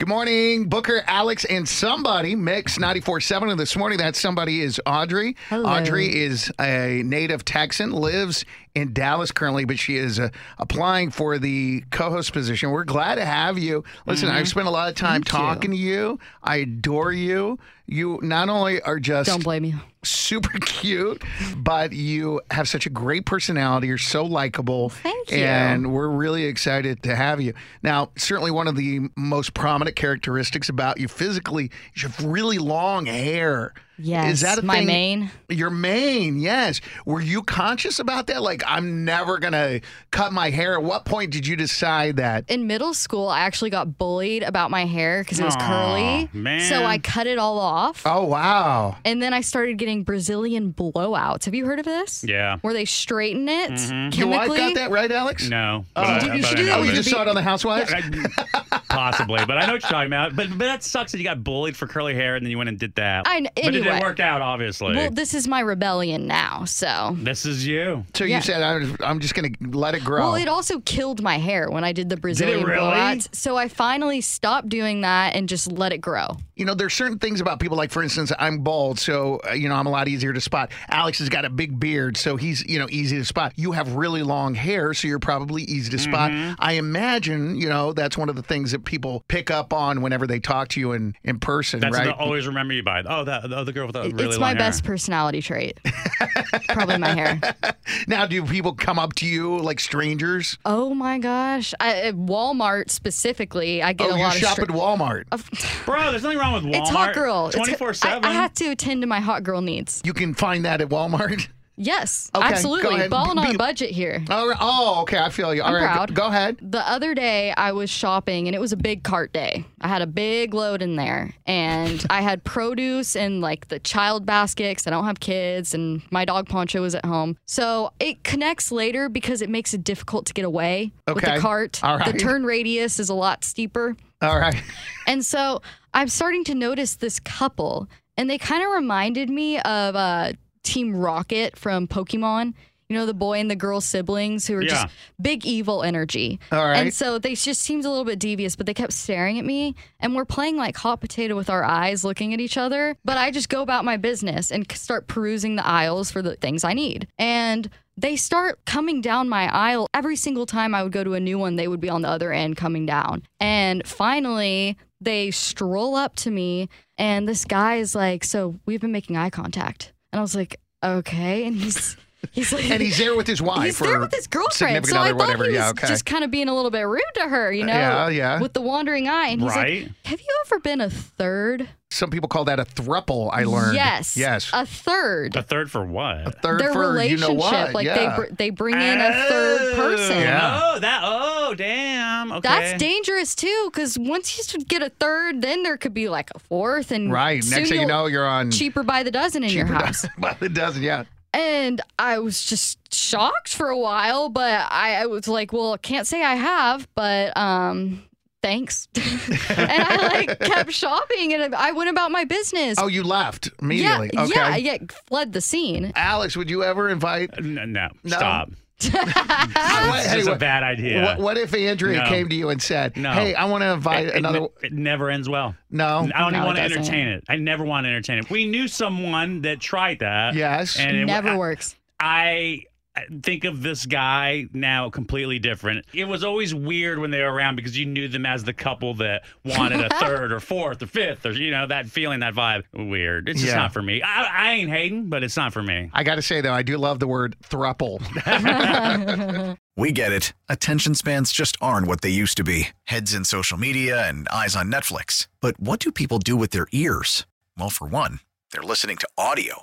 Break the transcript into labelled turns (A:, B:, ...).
A: Good morning, Booker, Alex, and somebody. Mix 94.7 and this morning, that somebody is Audrey.
B: Hello.
A: Audrey is a native Texan, lives in Dallas currently, but she is uh, applying for the co host position. We're glad to have you. Listen,
B: Mm-hmm.
A: I've spent a lot of time talking to you. I adore you. You not only are just
B: Don't blame you.
A: super cute, but you have such a great personality. You're so likable.
B: Thank you.
A: And we're really excited to have you. Now, certainly one of the most prominent characteristics about you physically is you have really long hair.
B: Yes,
A: Is that a
B: my
A: thing-
B: mane.
A: Your mane, yes. Were you conscious about that? Like, I'm never going to cut my hair. At what point did you decide that?
B: In middle school, I actually got bullied about my hair because it was curly.
C: man.
B: So I cut it all off.
A: Oh, wow.
B: And then I started getting Brazilian blowouts. Have you heard of this?
C: Yeah.
B: Where they straighten it
A: Your wife
B: chemically.
A: Mm-hmm. got that right, Alex?
C: No.
A: Oh,
C: but
B: You
C: I, but
B: should
C: I
B: do that
C: know
A: Oh, you
B: with
C: that-
A: just saw it on The Housewives?
C: I- Possibly, but I know what you're talking about. But but that sucks that you got bullied for curly hair and then you went and did that.
B: I kn-
C: but it
B: anyway.
C: didn't work out, obviously.
B: Well, this is my rebellion now. So.
C: this is you.
A: So
B: Yeah.
A: you said, I'm, I'm just going to let it grow.
B: Well, it also killed my hair when I did the Brazilian
C: really?
B: blowouts. So I finally stopped doing that and just let it grow.
A: you know, there's certain things about people. Like, for instance, I'm bald, so uh, you know I'm a lot easier to spot. Alex has got a big beard, so he's you know easy to spot. You have really long hair, so you're probably easy to spot.
B: Mm-hmm.
A: I imagine you know that's one of the things that people pick up on whenever they talk to you in in person,
C: That's what
A: right?
C: they'll always remember you by. Oh, that oh, the girl with the really
B: it's
C: long
B: my
C: hair.
B: best personality trait. Probably my hair.
A: now, do people come up to you like strangers?
B: Oh my gosh. I, at Walmart specifically, I get
A: oh,
B: a
A: you
B: lot of
A: shop
B: str-
A: at Walmart.
B: of-
C: Bro, there's nothing wrong with Walmart.
B: It's hot girl. It's-
C: 24 7.
B: I, I have to attend to my hot girl needs.
A: You can find that at Walmart.
B: Yes,
A: Okay, go
B: absolutely.
A: ahead.
B: Balling on
A: Be-
B: a budget here.
A: Oh, right. oh, okay. I feel you. All right, go-
B: proud.
A: Go, ahead.
B: The other day I was shopping and it was a big cart day. I had a big load in there and I had produce and like the child basket 'cause I don't have kids and my dog Poncho was at home. So it connects later because it makes it difficult to get away with
A: Okay.
B: the cart.
A: All right.
B: The turn radius is a lot steeper.
A: All right.
B: And so I'm starting to notice this couple, and they kind of reminded me of uh, Team Rocket from Pokemon. You know, the boy and the girl siblings who are just
C: Yeah.
B: big evil energy.
A: All right.
B: And so they just seemed a little bit devious, but they kept staring at me. And we're playing like hot potato with our eyes looking at each other. But I just go about my business and c- start perusing the aisles for the things I need. And they start coming down my aisle. Every single time I would go to a new one, they would be on the other end coming down. And finally, they stroll up to me. And this guy is like, So we've been making eye contact. And I was like, Okay. And he's. He's like,
A: And he's there with his wife.
B: He's
A: or
B: there with his girlfriend,
A: significant
B: so I
A: other,
B: thought
A: whatever.
B: he was
A: yeah, okay. Uh,
B: just kind of being a little bit rude to her, you know?
A: Yeah, yeah.
B: With the wandering eye, and he's
C: Right.
B: like, "Have you ever been a third?
A: Some people call that a thruple. I learned.
B: Yes,
A: Yes.
B: a third.
C: a third for what?
A: third
B: Their
A: for you
B: relationship,
A: know what?
B: like
A: yeah. Oh.
B: they br- they bring in a third person.
A: Yeah.
C: Oh, that. Oh, damn. Okay.
B: That's dangerous too, because once you s- get a third, then there could be like a fourth, and
A: right.
B: soon
A: Next thing you
B: you'll-
A: know, you're on.
B: cheaper by the dozen in your house.
A: well, it doesn't. Yeah.
B: And I was just shocked for a while, but I, I was like, well, can't say I have, but um, thanks. and I like kept shopping and I went about my business.
A: Oh, you left
B: yeah,
A: immediately. okay.
B: yeah, yeah, fled the scene.
A: Alex, would you ever invite?
C: N- no,
A: No.
C: Stop.
A: What-
C: It's
A: hey,
C: just a
A: what-
C: bad idea.
A: What, what if Andrea
C: No.
A: came to you and said,
C: No.
A: "Hey, I want to invite
C: It- it
A: another"? Oh,
C: ne- It, never ends well.
A: no.
C: I don't
B: No,
C: even
B: it
C: want to
B: doesn't.
C: entertain it. I never want to entertain it. We knew someone that tried that.
A: Yes.
C: And it
B: Never
C: I,
B: works.
C: I think of this guy now completely different. It was always weird when they were around because you knew them as the couple that wanted a third or fourth or fifth or you know that feeling, that vibe. Weird. It's just
A: Yeah.
C: not for me. I, I ain't hating, but it's not for me.
A: I got to say though, I do love the word thruple.
D: We get it. Attention spans just aren't what they used to be heads in social media and eyes on Netflix. But what do people do with their ears? Well, for one, they're listening to audio.